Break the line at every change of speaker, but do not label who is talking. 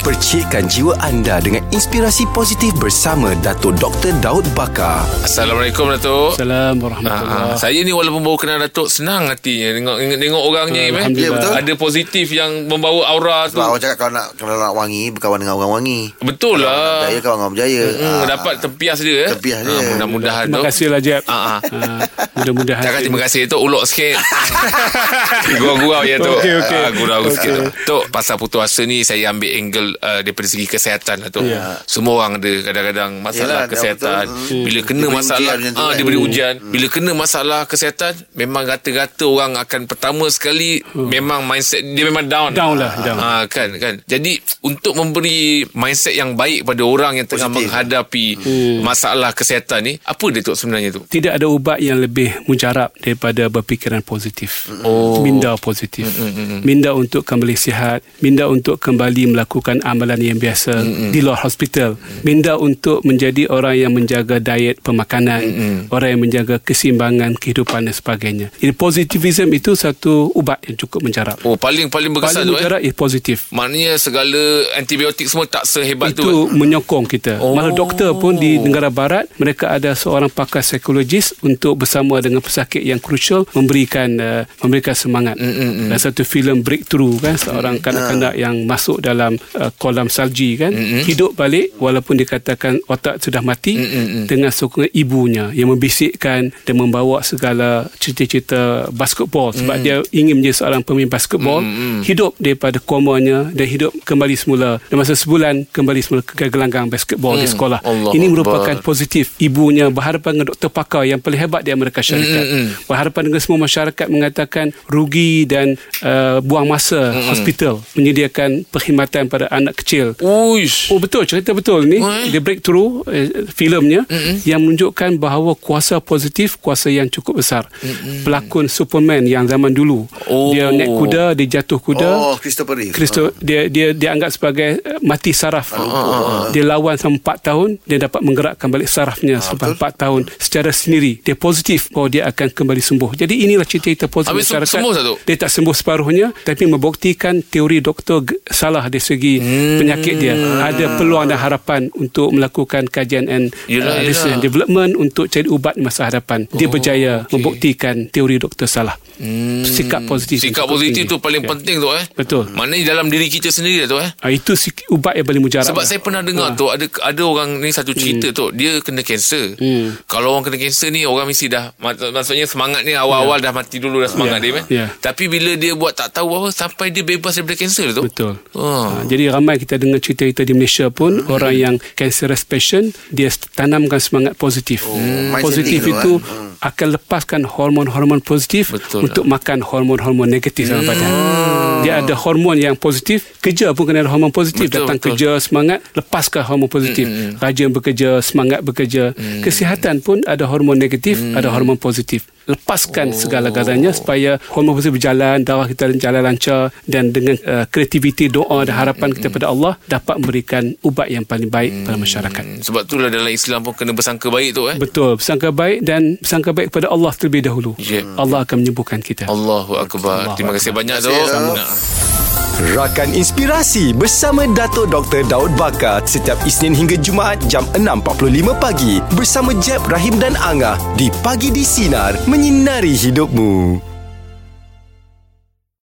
Percikkan jiwa anda dengan inspirasi positif bersama Dato' Dr. Daud Bakar.
Assalamualaikum Datuk. Ah, ah.
Assalamualaikum warahmatullahi
saya ni walaupun baru kenal Datuk senang hatinya tengok tengok orangnya Iman.
Hmm, Alhamdulillah.
Ya, betul.
Ada positif yang membawa aura tu.
Sebab Ya, orang cakap kalau nak kalau nak wangi berkawan dengan orang wangi.
Betul lah.
Berjaya kawan dengan berjaya. Ah.
Hmm, dapat tempias dia. eh.
Tempias dia.
Ah, mudah-mudahan
Terima
tu.
kasih lah Jeb
Ah, ah.
Ah, Mudah-mudahan
Cakap terima kasih Tok ulok sikit Gurau-gurau ya Tok
Okey, okey.
Ah, Gurau
Okey.
sikit Tok. Tok pasal putus asa ni Saya ambil angle uh, Daripada segi kesihatan lah Tok
Ya.
Semua orang ada kadang-kadang Masalah
Yalah,
kesihatan
betul. Hmm.
Bila kena
Diberi
masalah
ujian macam tu
ah,
kan?
Diberi
Hmm.
ujian Bila kena masalah kesihatan Memang rata-rata orang akan Pertama sekali Memang mindset Dia memang down
Hmm. Down lah, down.
Ah, kan kan. Jadi untuk memberi mindset yang baik pada orang yang tengah
Positif.
menghadapi
Hmm.
masalah kesihatan ni, apa dia tu sebenarnya tu?
Tidak ada ubat yang lebih mujarab daripada berfikiran positif.
Oh. mm,
Minda positif. Minda untuk kembali sihat. Minda untuk kembali melakukan amalan yang biasa
Mm,
di luar hospital. Minda untuk menjadi orang yang menjaga diet pemakanan.
Mm,
Orang yang menjaga keseimbangan kehidupan dan sebagainya. Jadi positivism itu satu ubat yang cukup mujarab.
Oh paling paling berkesan
Paling
tu eh.
mujarab is positif.
Maknanya segala antibiotik semua tak sehebat
itu
tu. eh?
menyokong kita.
Oh.
Oh. Malah doktor pun di negara barat mereka ada seorang pakar psikologis untuk bersama dengan pesakit yang crucial memberikan uh, memberikan semangat. Mm, Dan satu filem breakthrough kan seorang kanak-kanak yang masuk dalam uh, kolam salji kan mm, hidup balik walaupun dikatakan otak sudah mati mm, dengan sokongan ibunya yang membisikkan dan membawa segala cita-cita basketball sebab dia ingin menjadi seorang pemain basketball hidup daripada komanya dan hidup kembali semula dan masa sebulan kembali semula ke gelanggang basketball di sekolah
Allah
ini
Akbar.
merupakan positif ibunya berhadapan dengan doktor pakar yang paling hebat di Amerika Syarikat berhadapan dengan semua masyarakat mengatakan rugi dan uh, buang masa hospital menyediakan perkhidmatan pada anak kecil
Uish.
Oh betul cerita betul ni
Oh, eh.
dia breakthrough eh, filmnya yang menunjukkan bahawa kuasa positif kuasa yang cukup besar. Pelakon Superman yang zaman dulu
Oh.
dia naik kuda dia jatuh kuda
Oh, Christopher Reeve.
Kristo dia dia dianggap sebagai eh, mati saraf.
Ah,
Dia lawan selama 4 tahun dia dapat menggerakkan
Ah,
balik sarafnya selepas 4 tahun secara sendiri. Dia positif bahawa dia akan kembali sembuh. Jadi inilah cerita-cerita positif
Habis sem- sembuh satu?
Dia tak sembuh separuhnya tapi membuktikan teori doktor g- salah dari segi
Hmm.
penyakit dia. Ada peluang dan harapan untuk melakukan kajian and
Yelah,
uh,
yelah.
research and development untuk cari ubat di masa hadapan. Dia berjaya
okey. Hmm.
membuktikan teori doktor salah. Sikap positif.
Sikap
cukup
positif
tinggi.
tu paling
Ya.
penting tu eh.
Betul.
Maknanya dalam diri kita sendiri lah tu eh.
Ah, itu sik- ubat yang paling mujarab.
Sebab
lah.
saya pernah dengar tu ada ada orang ni
Hmm.
satu cerita tu dia kena kanser. Kalau orang kena kanser ni orang mesti dah mak- maksudnya semangat ni awal-awal dah mati dulu dah semangat
Ya.
dia kan.
Ya.
Tapi bila dia buat tak tahu apa sampai dia bebas daripada kanser tu.
Betul.
Oh. Hmm.
Ha, jadi ramai kita dengar cerita-cerita di Malaysia pun orang yang cancerous patient dia s- tanamkan semangat positif.
Oh,
Hmm.
Positif
mindset
itu
tu kan.
akan lepaskan hormon-hormon positif
Hmm. Betul Hmm.
untuk makan hormon-hormon negatif dalam badan. Dia ada hormon yang positif, kerja pun kena ada hormon positif.
Betul,
Datang
betul. Hmm,
kerja semangat, lepaskan hormon positif. Rajin bekerja, semangat bekerja. Kesihatan pun ada hormon negatif,
Hmm.
ada hormon positif. Lepaskan
Oh.
segala-galanya supaya hormon positif berjalan, darah kita berjalan lancar dan dengan uh, kreativiti doa dan harapan kita pada Allah dapat memberikan ubat yang paling baik pada masyarakat.
Hmm, Sebab itulah dalam Islam pun kena bersangka baik tu eh.
Betul, sangka baik dan sangka baik kepada Allah terlebih dahulu.
Ya.
Allah akan menyembuhkan kita.
Allahu akbar.
Allahu
Terima kasih banyak tu.
Terima kasih, Datuk.
Nah.
Rakan Inspirasi bersama Dato Dr. Daud Bakar setiap Isnin hingga Jumaat jam 6.45 pagi bersama Jeb, Rahim dan Angah di Pagi di Sinar menyinari hidupmu.